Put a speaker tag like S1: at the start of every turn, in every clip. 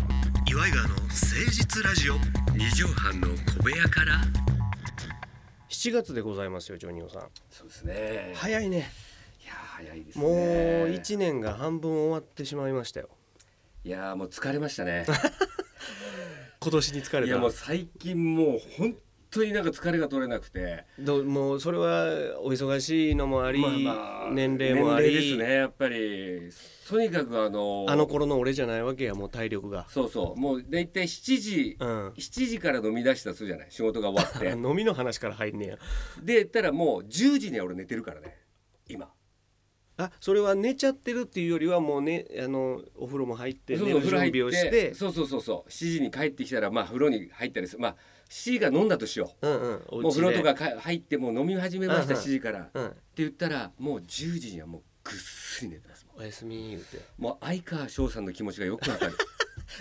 S1: イガーの誠実ラジオ
S2: 二畳半の小部屋から。
S3: 7月でございますよジョニオさん
S2: そうですね。い。
S3: 早いね
S2: や早いですね。
S3: もう一年が半分終わってしまいましたよ
S2: いやもう疲れましたね。
S3: 今年に疲
S2: い
S3: れ
S2: や
S3: た
S2: もう最近もう本当になんか疲れが取れなくて。
S3: どうもうそれはお忙しいのもあり、年齢もあ
S2: 年齢
S3: り
S2: ですね。やっぱりとにかくあの
S3: あの頃の俺じゃないわけやもう体力が
S2: そうそうもうだいたい7時、
S3: うん
S2: 7時から飲み出したとするじゃない仕事が終わっ て
S3: 飲みの話から入んねや
S2: で言ったらもう10時には俺寝てるからね今
S3: あそれは寝ちゃってるっていうよりはもうねあのお風呂も入って
S2: そう
S3: 寝
S2: そう
S3: る
S2: お風
S3: 準
S2: 呂入
S3: 備をして
S2: そうそうそうそう7時に帰ってきたらまあ風呂に入ったりするまあ7時が飲んだとしよ
S3: うんうん
S2: う
S3: お
S2: もう
S3: 家で
S2: 風呂とかか入ってもう飲み始めました
S3: うんうん
S2: 7時からって
S3: うん
S2: 言ったらもう10時にはもうぐっすり寝てます
S3: おやすみ言うて
S2: もう相川翔さんの気持ちがよくわか る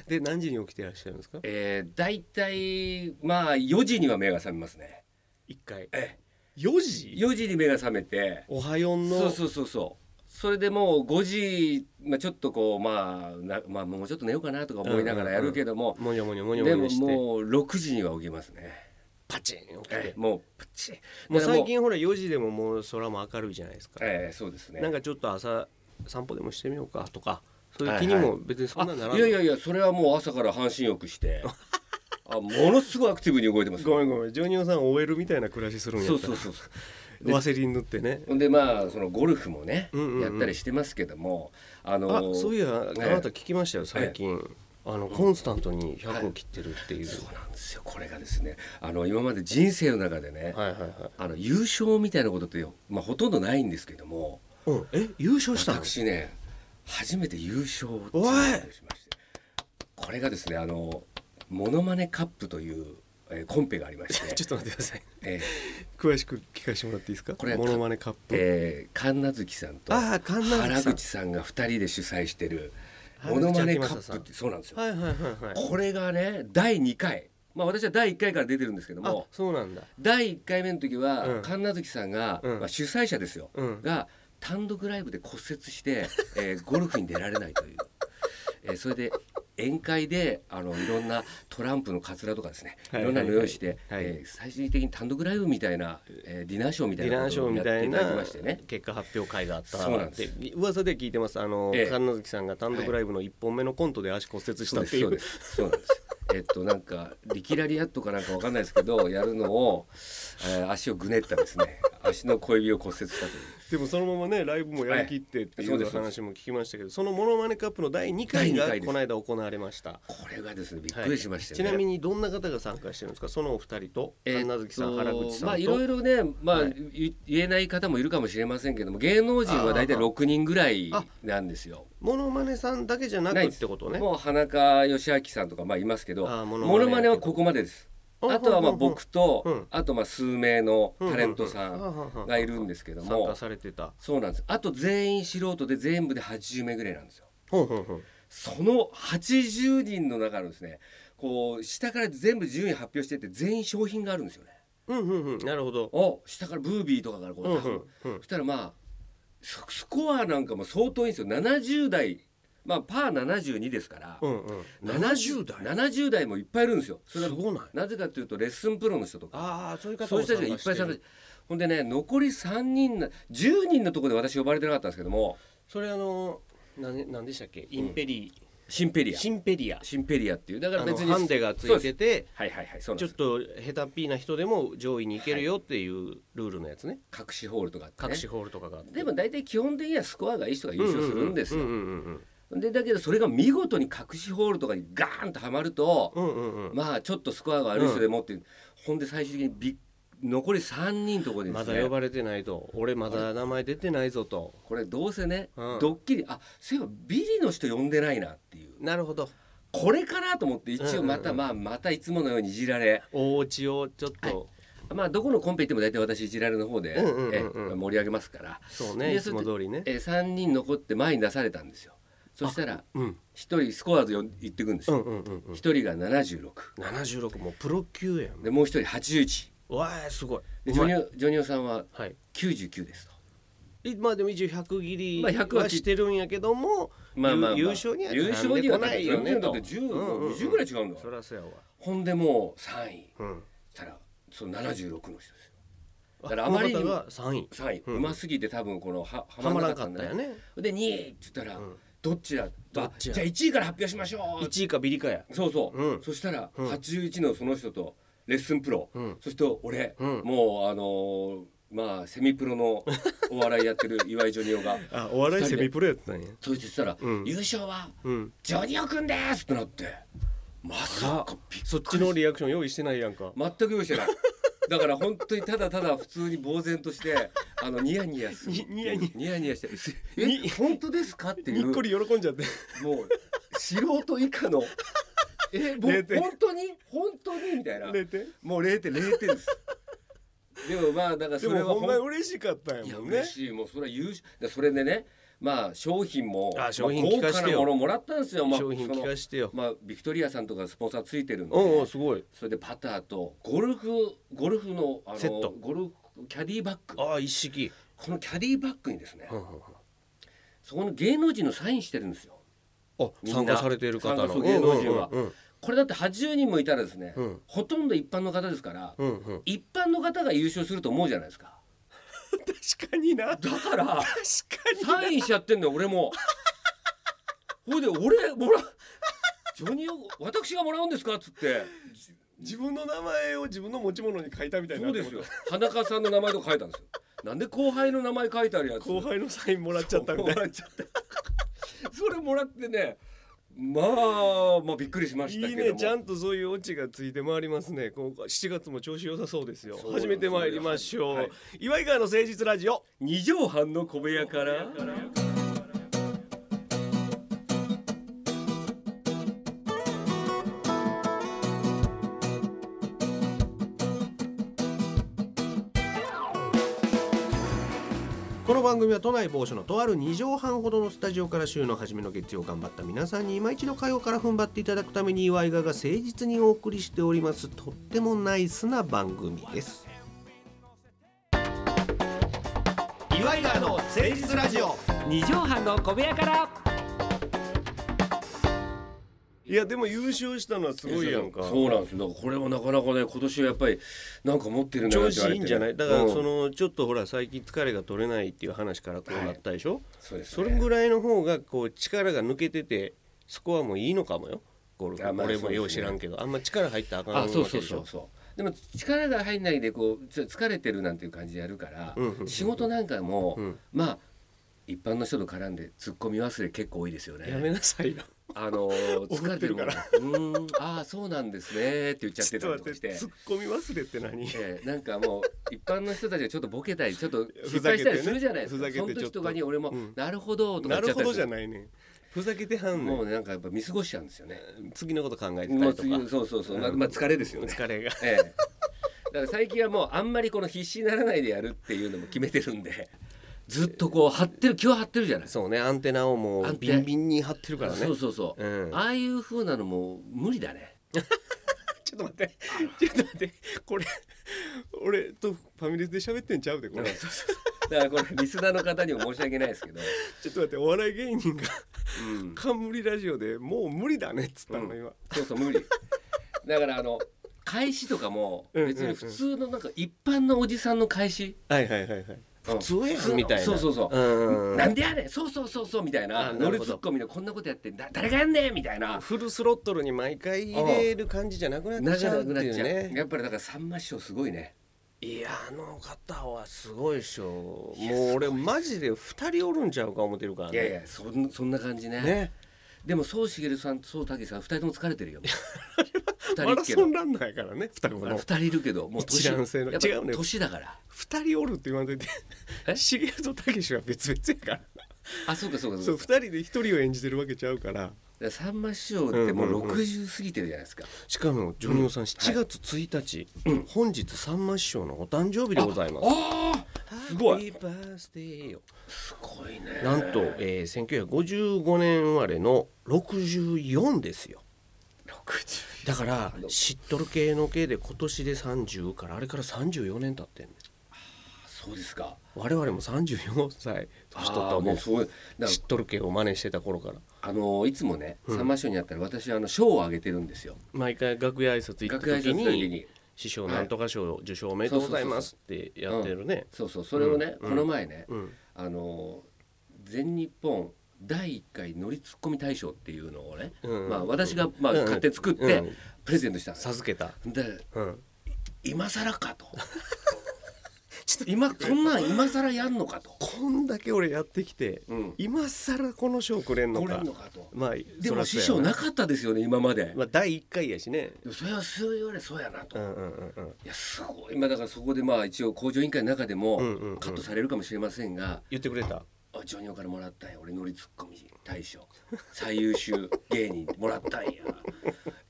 S3: で何時に起きてらっしゃるんですか
S2: えー、大体まあ4時には目が覚めますね
S3: 一回
S2: え
S3: 4時
S2: 4時に目が覚めて
S3: おはよんの
S2: そうそうそうそうそれでもう5時、まあ、ちょっとこうまあな、まあ、もうちょっと寝ようかなとか思いながらやるけども、
S3: もにょもにょもにょも
S2: で
S3: に
S2: も
S3: ょして
S2: もう6時には起きますね
S3: パチン起き
S2: え
S3: て
S2: えもうプチ
S3: もう
S2: だから
S3: 最近ほら4時でももう空も明るいじゃないですか、
S2: ええそうですね
S3: なんかちょっと朝散歩でもしてみようかとかそういう気に
S2: はい
S3: も別にそんななら
S2: あいやいやいやそれはもう朝から半身浴して あものすごいアクティブに動いてます
S3: ごめんごめんジョニオさん OL みたいな暮らしするんやった
S2: そ
S3: ら
S2: うそうそうそう
S3: ワセリン塗ってね
S2: ほんでまあそのゴルフもね、
S3: うんうんうん
S2: やったりしてますけどもあの
S3: あそういやあな
S2: え
S3: た聞きましたよ最近、あのコンスタントに100を切ってるっていう、
S2: そうなんですよこれがですねあの今まで人生の中でね、
S3: はい、はいはいはい
S2: あの優勝みたいなことってよ、まあ、ほとんどないんですけども
S3: うんえ優勝したの
S2: 私ね初めて優勝を
S3: おい
S2: をしましてこれがですねあのモノマネカップという、えーコンペがありまし て
S3: ちょっと待ってください
S2: え
S3: 詳しく聞かせてもらっていいですか
S2: これは
S3: モノマネカップ、
S2: えー神奈月さんと
S3: ああ神奈月
S2: 原
S3: さん
S2: 口さんが2人で主催してる
S3: 原
S2: モ
S3: 口
S2: ノマネカ
S3: あきまささ
S2: ップ
S3: ん
S2: ってそうなんですよ、
S3: はいはいはいはい
S2: これがね第2回まあ私は第1回から出てるんですけど
S3: あ
S2: も
S3: そうなんだ
S2: 第1回目の時は、
S3: うん
S2: 神奈月さんが、
S3: うん
S2: まあ、主催者ですよ、
S3: うん
S2: が単独ライブで骨折して、えーゴルフに出られないという、えーそれで宴会であのいろんなトランプのカツラとかですね
S3: はい
S2: い
S3: は
S2: ろ
S3: い
S2: んなの用意して、
S3: はい
S2: えー最終的に単独ライブみたいな、えーディナーショーみた
S3: デ
S2: い
S3: ィ
S2: な
S3: ナー
S2: こ
S3: シ
S2: と
S3: ョー
S2: をや
S3: み
S2: って
S3: たい
S2: い
S3: な
S2: ただきましてね。
S3: 結果発表会があった
S2: そうなんです
S3: って噂で聞いてますあの、
S2: ええ
S3: 神奈月さんが単独ライブの1本目のコントで足骨折し
S2: そ
S3: た
S2: う
S3: っ
S2: で
S3: て
S2: す
S3: い
S2: そう
S3: う,、
S2: ですそうなんですえっとなんか力ラリアットかなんかわかんないですけどやるのを、えー足をぐねったですね足の小指を骨折したという
S3: でもそのままねライブもやりきってっていうよう
S2: は
S3: ない
S2: そうです
S3: 話も聞きましたけどそのモノマネカップの第2回
S2: 第二
S3: が
S2: 回です
S3: この間行われました
S2: これがですねびっくりしましたよ
S3: ち
S2: ね、
S3: なみにどんな方が参加してるんですかそのお二人と神奈月さん、原口さんと、
S2: まあいろいろね、まあ
S3: はい
S2: い言えない方もいるかもしれませんけども芸能人は大体
S3: あー
S2: 6人ぐらいなんですよ。
S3: モノマネさんだけじゃなく
S2: ない
S3: っ
S2: です
S3: てことね
S2: もう花川義明さんとかまあいますけど
S3: あーモノマネ
S2: モノマネはここまでです。
S3: うん
S2: あとはまあ
S3: うん
S2: 僕
S3: う
S2: と
S3: ん
S2: あとまあ数名のタレントさ
S3: うんん
S2: がいるんですけど
S3: 参
S2: も
S3: 加されてた
S2: そうなんですあと全員素人で全部で80名ぐらいなんですよ。
S3: ほんほんほん
S2: その80人の中のですねこう下から全部順位発表してって全員商品があるんですよね。
S3: うんうんうんなるほど
S2: お下からブービーとかからこう、
S3: うんう
S2: 多分
S3: んうん
S2: そしたらまあススコアなんかも相当いいんですよ70代まあパー72ですから、
S3: うんうん
S2: 70 70代もいっぱいいるんですよそれ
S3: す
S2: は
S3: ごない
S2: なぜかというとレッスンプロの人とか
S3: ああそういう方も
S2: そういう人たちがいっぱい参加してほんでね残り3人な10人のところで私呼ばれてなかったんですけども
S3: それあのなんなんでしたっけインペリ、
S2: シンペリア
S3: シンペリア
S2: シンペリアっていうだか
S3: あ
S2: ら
S3: の
S2: 別に
S3: ハンデがつ
S2: そう
S3: い
S2: で
S3: て
S2: す
S3: て
S2: はいはいはいそうなん
S3: ちょ
S2: で
S3: っ
S2: す
S3: とヘタっぴーな人でも上位に行けるよっていうルールのやつね、
S2: 隠しホールとかあってね、
S3: 隠しホールとかがあって
S2: でも大体基本的にはスコアがいい人が優勝するんですよ、
S3: うんうん
S2: でだけどそれが見事に隠しホールとかにガーンとはまると、
S3: うんうんうんうんうん
S2: まあちょっとスコアが悪い人でもって、ほんで最終的にびっ残り3人のところでで、
S3: ますだ
S2: ね
S3: 呼ばれてないと俺まだ名前出てないぞと
S2: これどうせね、
S3: うん
S2: ドッキリあそういえばビリの人呼んでないなっていう
S3: なるほど
S2: これかなと思って一応また、
S3: うん
S2: まあまたいつものようにいじられ
S3: お家をちょっと、
S2: まあどこのコンペ行っても大体私いじられの方で、
S3: うんうんうんうん
S2: え盛り上げますから、
S3: そうね
S2: で
S3: いつも通りね
S2: え3人残って前に出されたんですよそしたら
S3: うん
S2: 1人スコアで言ってくんです
S3: う
S2: よ、
S3: んうんうんうん
S2: 一1人が76
S3: 76もうプロ級やん
S2: でもう1人81
S3: わあすごい
S2: で
S3: う
S2: ジョ
S3: ま
S2: ニ
S3: い
S2: オジョニオさんは
S3: はい
S2: 99ですと
S3: いまあでも一応100切り
S2: まあ100は
S3: はしてるんやけども、
S2: まあまあまあ
S3: 優優勝には
S2: 優勝にはだって
S3: 絡んでこないよね
S2: だ
S3: と
S2: って10
S3: うんうんうん
S2: 20ぐらい違うんだか
S3: そ
S2: ら
S3: りゃそうやわ、
S2: ほんでもう3位
S3: うん、
S2: たらその76の人ですよだからあまりにも
S3: この方が3位
S2: 3位
S3: うん
S2: うますぎて多分このはは
S3: は
S2: ま
S3: ま
S2: ら
S3: ら
S2: な
S3: な
S2: か
S3: か
S2: っ
S3: ったた
S2: んだ
S3: よね
S2: ねで2位って言ったら
S3: うん
S2: どっちだ
S3: ど
S2: あ
S3: っち
S2: じゃ
S3: や
S2: あ1位から発表しましょう
S3: 1位かビリかや
S2: そうそう、
S3: うん
S2: そしたら
S3: うん
S2: 81のその人とレッスンプロ、
S3: うん
S2: そして俺、
S3: うん
S2: もうあのーまあセミプロの お笑いやってる岩井ジョニオが
S3: あお笑いセミプロやったんや
S2: そいつしたら、
S3: うん
S2: 優勝は
S3: うん
S2: ジョニオくんです!」ってなってまさかびっ
S3: そっちのリアクション用意してないやんか
S2: 全く用意してないだから本当にただただ普通に呆然としてあのニヤニヤする
S3: にニヤニヤ
S2: ニヤニヤして「え
S3: に
S2: 本当ですか?」って い
S3: にっ
S2: う
S3: こり喜んじゃって
S2: もう素人以下の「えぼ
S3: 0点
S2: 本当に本当に?」みたいな
S3: 0点
S2: もう0点0点です。でもまあだから
S3: で
S2: それは
S3: もほんまに
S2: ほん
S3: 嬉しかったん
S2: いや
S3: やもんね
S2: 嬉しいもうそれは優勝でそれでねまあ商品も
S3: あ商品
S2: まあ
S3: 聞かせ
S2: 豪華
S3: て
S2: な
S3: よ
S2: ものもらったんですよ。まあ
S3: 商品聞か
S2: その
S3: してよ
S2: まあビクトリアさんとかスポンサーついてるんで、
S3: うんうんすごい
S2: それでパターとゴルフゴルフのあの
S3: セット
S2: ゴルフキャディバッグ
S3: ああ一式
S2: このキャディバッグにですね、
S3: うんうんうん
S2: そこの芸能人のサインしてるんですよ。
S3: あ
S2: みんな
S3: 参加されている方
S2: 参加
S3: の
S2: そう芸能人は
S3: うん
S2: これだって80人もいたらですね、
S3: うん
S2: ほとんど一般の方ですから、
S3: うんうんうんうん
S2: 一般の方が優勝すると思うじゃないですか。
S3: 確かにな確
S2: だから。
S3: か
S2: サインしちゃってんだよ俺もほいで俺もらジョニオ私がもらうんですかっつって
S3: 自分の名前を自分の持ち物に書いたみたいな
S2: そうですよ田中さんの名前とか書いたんですよなんで後輩の名前書いてあるやつ
S3: 後輩のサインもらっちゃったみたい
S2: も
S3: な
S2: らっちゃったそれもらってねまあまあびっくりしました
S3: い
S2: け
S3: い
S2: ども
S3: ねちゃんとそういうオチがついて回りますねこう7月も調子良さそうですよ
S2: そう
S3: 始めてまいりましょう、
S2: はい
S3: 岩井川の誠実ラジオ
S2: 二畳半の小部屋から
S3: この番組は都内某所のとある2畳半ほどのスタジオから週の初めの月曜頑張った皆さんに今一度会話から踏ん張っていただくために岩井川が誠実にお送りしておりますとってもナイスな番組です岩井川の誠実ラジオ
S2: 二畳半の小部屋から
S3: いやでも優勝したのはすごいやんか
S2: そうなんですよだからこれもなかなかね今年はやっぱりなんか持ってるんだ
S3: 調
S2: なって言
S3: 子
S2: われ
S3: い
S2: て
S3: い
S2: ね
S3: んじゃないだから
S2: うん
S3: そのちょっとほら最近疲れが取れないっていう話からこうなったでしょ、
S2: そうです
S3: そ
S2: ね
S3: れぐらいの方がこう力が抜けててスコアもいいのかもよゴルフ、
S2: あまあ
S3: 俺
S2: そう
S3: も
S2: ですね
S3: よう知らんけどあんま力入ったらあかんわ
S2: あ
S3: け
S2: そう
S3: でし
S2: そ
S3: ょ
S2: うそうそうでも力が入んないでこうちょ疲れてるなんていう感じでやるから、
S3: うんうんうん
S2: 仕事なんかも、
S3: うん
S2: まあ一般の人と絡んで突っ込み忘れ結構多いですよ
S3: や
S2: ね。
S3: めなさいよ
S2: あのー疲れてるもんね。うーん、ああそうなんですねって言っちゃっ
S3: ちょ
S2: て
S3: っと
S2: たり
S3: 待
S2: とか
S3: っ
S2: してて
S3: ツ、ッコミ忘れって何
S2: えーなんかもう一般の人たちがちょっとボケたりちょっと失
S3: ふざ
S2: 敗
S3: けてね
S2: したりするじゃないですか。
S3: ふざけて
S2: その
S3: ちょ
S2: 時
S3: っと
S2: とかに俺も、
S3: うん
S2: なるほどとか
S3: な
S2: 言っちゃ
S3: る
S2: った
S3: ほ
S2: り
S3: ど
S2: す
S3: じゃ
S2: る。
S3: ないねんふざけてはんね
S2: も
S3: ん
S2: うなんかやっぱ見過ごしちゃうんですよね。
S3: 次のこと考えてた
S2: も
S3: り
S2: う
S3: と
S2: 次
S3: か
S2: そうそうそう、まあまあ疲れですよね。
S3: 疲れが
S2: ええ、だから最近はもうあんまりこの必死にならないでやるっていうのも決めてるんでずっとこう張ってる気は張ってるじゃない
S3: そうねアンテナをも
S2: ア
S3: う
S2: ンテ
S3: ビンビンに張ってるからね
S2: そうそうそう、
S3: うん
S2: ああいう風なのも無理だね
S3: ちょっと待ってちょっと待ってこれ俺とファミレスで喋ってんちゃうでこ
S2: だか
S3: れ
S2: らそうそうそうだからこれリスナーの方にも申し訳ないですけど、
S3: ちょっと待ってお笑い芸人が
S2: うん、
S3: 冠ラジオでもう無理だねっつったの今、
S2: そうそう無理だからあの返しとかも別に普通のなんか一般のおじさんの返し、
S3: はいはいはいはい
S2: うん
S3: 通やん
S2: 普の
S3: みたいな
S2: そうそうそう、
S3: うん
S2: なんでやねんそうそうそうそうみたいな
S3: あな
S2: ノ
S3: る
S2: リ
S3: ほど
S2: ツッコミのこんなことやってんだ誰がやんねんみたいな
S3: フルスロットルに毎回入れる感じじゃなくなっちゃうっていうね
S2: やっぱりだからさんま師匠すごいね
S3: いやあの方はすごいでしょもう俺マジで2人おるんちゃうか思ってるから
S2: いやい
S3: ね
S2: やそんそんな感じね
S3: ね
S2: でも宗茂さんと宗武さん二人とも疲 れてるよ二
S3: マラ
S2: 人いるけ
S3: ソ
S2: ど
S3: ンランナーやからね双子
S2: あ二
S3: の
S2: 人いるけどもう年
S3: 一卵性の
S2: やっぱ
S3: 違うね
S2: 年だから
S3: 2人おるって言わんといて
S2: え
S3: 茂と武志は別々やから
S2: あそうかそうか
S3: そ
S2: そうう
S3: 2
S2: か
S3: 人で1人を演じてるわけちゃうから
S2: だからさんま師匠っても
S3: んうん
S2: う
S3: う
S2: うん60過ぎてるじゃないですか、
S3: しかもジョニオさん、7月1日、本日さんま師匠のお誕生日でございます
S2: あすごい
S3: ハッピーバースデーよ
S2: すごいね
S3: なんと、えー、1955年生まれの64ですよ
S2: 60
S3: だから知っとる系の系で今年で30からあれから34年経ってんね
S2: そそうですか
S3: 我々も34歳年取った
S2: あー
S3: わけ
S2: も
S3: で
S2: う
S3: す
S2: そうだから
S3: 知っとる系を真似してた頃から
S2: あのいつもね、
S3: うん
S2: サンマショーにあったら私あの賞をあげてるんですよ
S3: 毎回楽屋挨拶行っ
S2: 楽
S3: た
S2: 屋挨拶
S3: 時
S2: の時
S3: に
S2: に
S3: 師匠なんとか賞受賞おめでとうございますってやってるね
S2: そうそうそれをね、
S3: うん
S2: この前ね、
S3: うん
S2: あの全日本第1回乗りツッコミ大賞っていうのをね、
S3: うん
S2: まあ、私が、まあ、
S3: うん
S2: 勝手に作っ
S3: う
S2: て
S3: ん
S2: プレゼントしたんです、
S3: 授けた
S2: で
S3: うん
S2: 今更 かと今こんなん今更やんのかと、
S3: こんだけ俺やってきて
S2: うん、
S3: 今更この賞くれんの
S2: これ
S3: か
S2: んのかと
S3: まあ
S2: で
S3: そら
S2: も
S3: そう
S2: 師
S3: や
S2: 匠なかったですよね今まで、
S3: まあ第一回やしね
S2: でもそれはそう言われそうやなと、
S3: う
S2: い
S3: んうんうんうん
S2: やすごい今だからそこでまあ一応工場委員会の中でも
S3: うんうんうん
S2: カットされるかもしれませんが
S3: 言ってくれた
S2: 「あジョニオからもらったんや俺乗りツッコミ 大賞最優秀芸人もらったんや」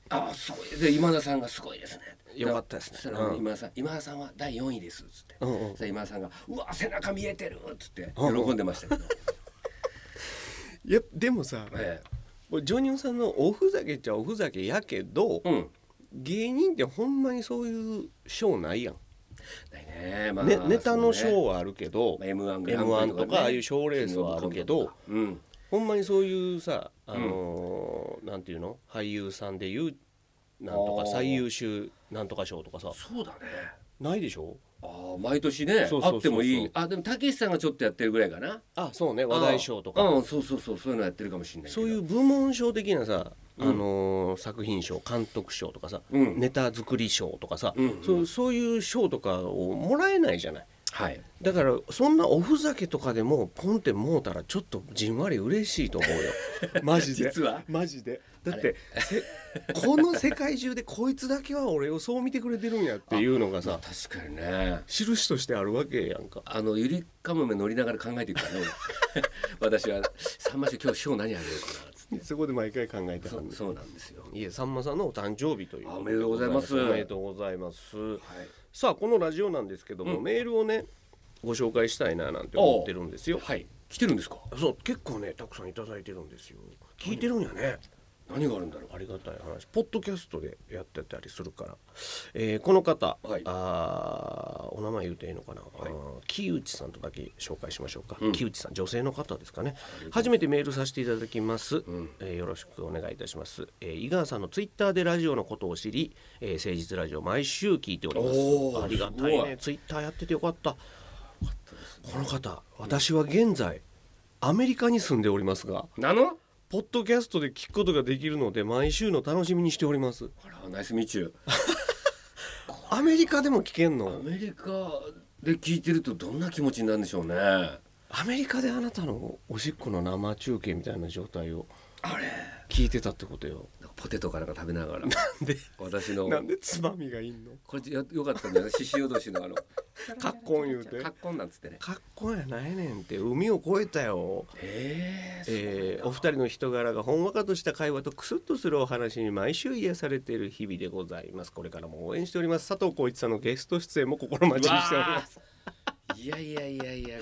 S2: あすごいで今田さんがすごいですね
S3: よかったですね
S2: そしたら
S3: うん
S2: 今田さん今田さんは第4位ですっつって、
S3: うんうん
S2: そしたら今田さんが「うわ背中見えてる」っつって
S3: うんうん
S2: 喜んでましたけど、
S3: いやでもさ
S2: え
S3: もうジョニオさんのおふざけっちゃおふざけやけど
S2: えうん
S3: 芸人ってほんまにそういう賞ないやん
S2: ないねまあ
S3: ねネタの
S2: そうね
S3: 賞はあるけど
S2: まあ M1 グラン
S3: M1
S2: プリ
S3: とかああいう賞レースはあるけど、
S2: キングオブコントとかうん、
S3: ほんまにそういうさあのーなんていうの俳優さんで言うなんと
S2: あ
S3: か
S2: ー
S3: 最優秀なんとか賞とかさ
S2: そうだね
S3: ないでしょ
S2: ああ毎年ね
S3: そうそうそうそう
S2: あってもいいあでもたけしさんがちょっとやってるぐらいかな
S3: あそうね話題賞とか
S2: うんそうそうそうそういうのやってるかもしれないけど
S3: そういう部門賞的なさ、
S2: うん
S3: あのー作品賞監督賞とかさ、
S2: うん
S3: ネタ作り賞とかさ、
S2: うんうん
S3: そうそういう賞とかをもらえないじゃない
S2: はい
S3: だからそんなおふざけとかでもポンってもうたらちょっとじんわり嬉しいと思うよ マジで
S2: 実は
S3: マジでだってせこの世界中でこいつだけは俺をそう見てくれてるんやっていうのがさ
S2: 確かにね
S3: 印としてあるわけやんか
S2: あのゆりかもめ乗りながら考えていくからね俺 私は「さんま師匠今日賞何あげようかな」っつって
S3: そこで毎回考えては
S2: そ
S3: んねん
S2: そうなんですよ
S3: いえさんまさんのお誕生日という
S2: あおめでとうございます
S3: おめでとうございます
S2: はい
S3: さあこのラジオなんですけども、
S2: うん
S3: メールをねご紹介したいななんて思ってるんですよ
S2: はい来てるんですか
S3: そう結構ねたくさんいただいてるんですよ聞いてるんやね
S2: 何があるんだろう
S3: ありがたい話ポッドキャストでやってたりするから、えーこの方、
S2: はい
S3: あーお名前言うていいのかな、あー木内さんとだけ紹介しましょうか、
S2: うん
S3: 木内さん女性の方ですかね初めてメールさせていただきます、
S2: ん
S3: えーよろしくお願いいたします、えー井川さんのツイッターでラジオのことを知り、えー誠実ラジオ毎週聞いております
S2: おー
S3: ありがたい
S2: すご
S3: ね
S2: い
S3: ツイッターやっててよかったこの方私は現在アメリカに住んでおりますが
S2: なの
S3: ポッドキャストで聞くことができるので毎週の楽しみにしております
S2: あらナイスミーチュー
S3: アメリカでも聞けん
S2: ア
S3: の
S2: メリカで聞いてるとどんな気持ちになるんでしょうねあ
S3: アメリカであなたのおしっこの生中継みたいな状態を
S2: れ
S3: 聞いてたってことよ
S2: ポテトかなんか食べながら
S3: で
S2: 私の
S3: なんでつまみがいんの
S2: これよよかったんだよ獅子落としのあの
S3: カッコン言うて
S2: カッコンなんつってね
S3: かっこやないねんって海を越えたよ
S2: えー
S3: えーお二人の人柄がほんわかとした会話とクスッとするお話に毎週癒されている日々でございますこれからも応援しております佐藤浩一さんのゲスト出演も心待ちにしております
S2: いやいやいやいやいやいや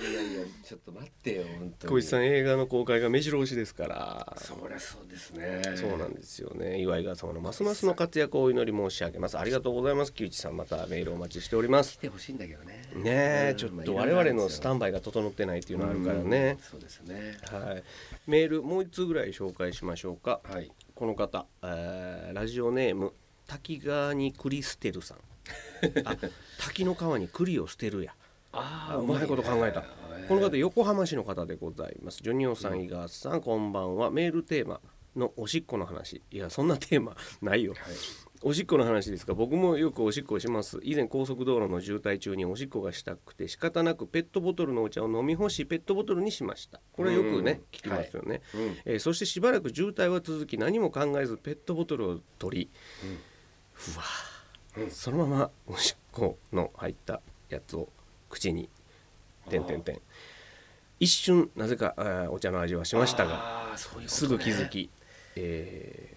S2: ちょっと待ってよ本当に
S3: 浩一さん映画の公開が目白押しですから
S2: そりゃそうですね
S3: そうなんですよね岩井川様のますますの活躍をお祈り申し上げますありがとうございます木内さんまたメールお待ちしておりま
S2: 来
S3: す
S2: てほしいんだけどね
S3: ねえ
S2: うん
S3: ちょっ
S2: まあい
S3: と
S2: ろい
S3: 我
S2: ろあ
S3: 々
S2: るん
S3: の
S2: です
S3: ス
S2: よ
S3: タンバイが整ってないっていうのはあるからね
S2: うんそうですね
S3: はいメールもう1通ぐらい紹介しましょうか
S2: はい
S3: この方、えーラジオネーム滝川に栗捨てるさんあ滝の川に栗を捨てるや
S2: あ
S3: あうまいこと考えた、この方
S2: よ
S3: 横浜市の方でございますジョニオさん井川さんこんばんはメールテーマのおしっこの話いやそんなテーマないよ おしっこの話ですが僕もよくおしっこをします以前高速道路の渋滞中におしっこがしたくて仕方なくペットボトルのお茶を飲み干しペットボトルにしましたこれはよくね
S2: うん
S3: 聞きますよね、
S2: はいうん
S3: えーそしてしばらく渋滞は続き何も考えずペットボトルを取り、うわーそのままおしっこの入ったやつを口にてんてんてん一瞬なぜかあーお茶の味はしましたが
S2: がそういうことね
S3: すぐ気づき、えー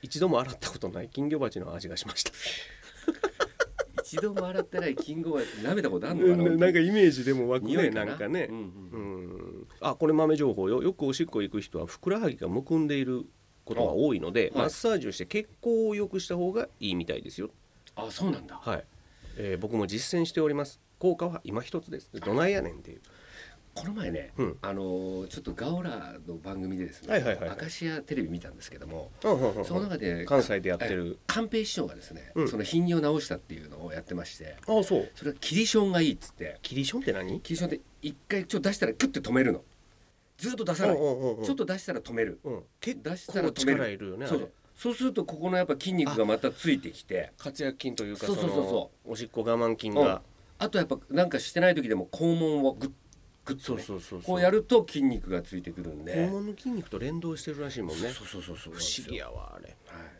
S3: 一度も洗ったことない金魚鉢の味がしました
S2: 一度も洗ってない金魚は舐めたことあんのか な
S3: なんかイメージでも湧く
S2: 匂
S3: ね
S2: いか
S3: な
S2: なん
S3: かね、
S2: う
S3: うんんあこれ豆情報よよくおしっこ行く人はふくらはぎがむくんでいることが多いので、
S2: あはい
S3: マッサージをして血行を良くした方がいいみたいですよ
S2: あそうなんだ
S3: はい、えー僕も実践しております効果は今一つですどないやねんっていう
S2: この前ね、
S3: うん
S2: あのーちょっとガオラの番組でですね、
S3: はいはいはい
S2: アカシアテレビ見たんですけども、その
S3: 関
S2: 中で
S3: 西でやってる
S2: 寛平師匠がですね、
S3: うん
S2: その頻尿を直したっていうのをやってまして
S3: ああそう
S2: それはキリションがいいっつって
S3: キリションって何
S2: キリションって一回ちょっと出したらキュッて止めるのずっと出さない
S3: うんうんうんうん
S2: ちょっと出したら止める、
S3: うん結
S2: 出したら
S3: 構
S2: 止める
S3: 力いるよねあ
S2: そ
S3: れ
S2: うそうするとここのやっぱ筋肉がまたついてきて
S3: 活躍筋というか
S2: そうそうそうそう
S3: そのおしっこ我慢筋が
S2: あとやっぱなんかしてない時でも肛門をグッグッと、
S3: そう
S2: ね、
S3: そうそう
S2: こうやると筋肉がついてくるんで
S3: 肛門の筋肉と連動してるらしいもんね
S2: そうそうそうそう
S3: 不思議やわあれ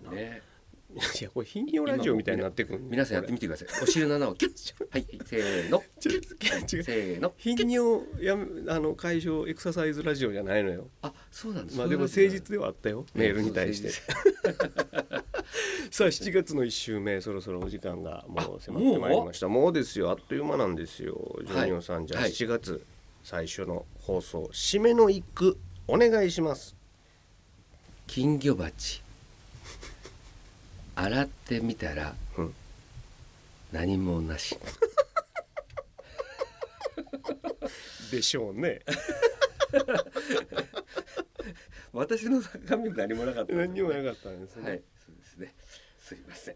S2: はいね
S3: いやこれ頻尿ラジオみたいになってくる
S2: 皆さんやってみてくださいお尻の穴をキュッはいせーの
S3: て違う違う
S2: せーの
S3: 頻尿やめあの解消エクササイズラジオじゃないのよ
S2: あそうなんです
S3: まあでも誠実ではあったよメールに対して
S2: そ
S3: さあ7月の1週目そろそろお時間がもう迫ってまいりましたもうですよあっという間なんですよジョニオさん、じゃあ
S2: はい
S3: 7月最初の放送締めの一句お願いします
S2: 金魚鉢洗ってみたら、
S3: うん
S2: 何もなし
S3: でしょうね
S2: 私の中身も何もなかっ た
S3: 何にも
S2: か
S3: なかったんですね、
S2: はいそうですねすいません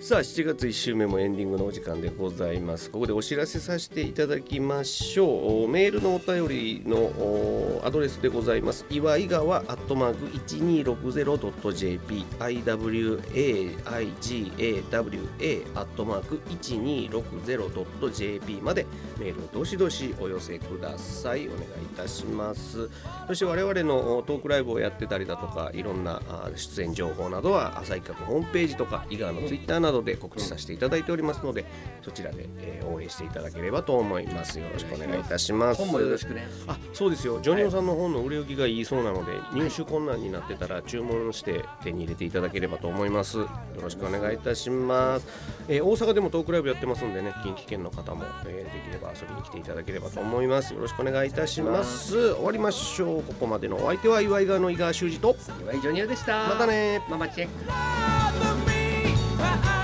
S3: さあ7月1週目もエンディングのお時間でございますここでお知らせさせていただきましょうおメールのお便りのおアドレスでございます岩井川アットマーク 1260.jp iwaigawa アットマーク 1260.jp までメールをどしどしお寄せくださいお願いいたしますそして我々のおトークライブをやってたりだとかいろんなあ出演情報などは朝日閣ホームページとか井川のツイッターなどで告知させていただいておりますのでそちらで、えー応援していただければと思いますよろしくお願いいたします
S2: 本もよろしくね
S3: あそうですよジョニオさんの本の売れ行きがいいそうなので、入手困難になってたら注文して手に入れていただければと思いますよろしくお願いいたします、えー大阪でもトークライブやってますんでね近畿圏の方も、えーできれば遊びに来ていただければと思いますよろしくお願いいたします終わりましょうここまでのお相手は岩井川の井川修司と
S2: 岩井ジョニオでした
S3: またね
S2: ママチェック
S4: Love me.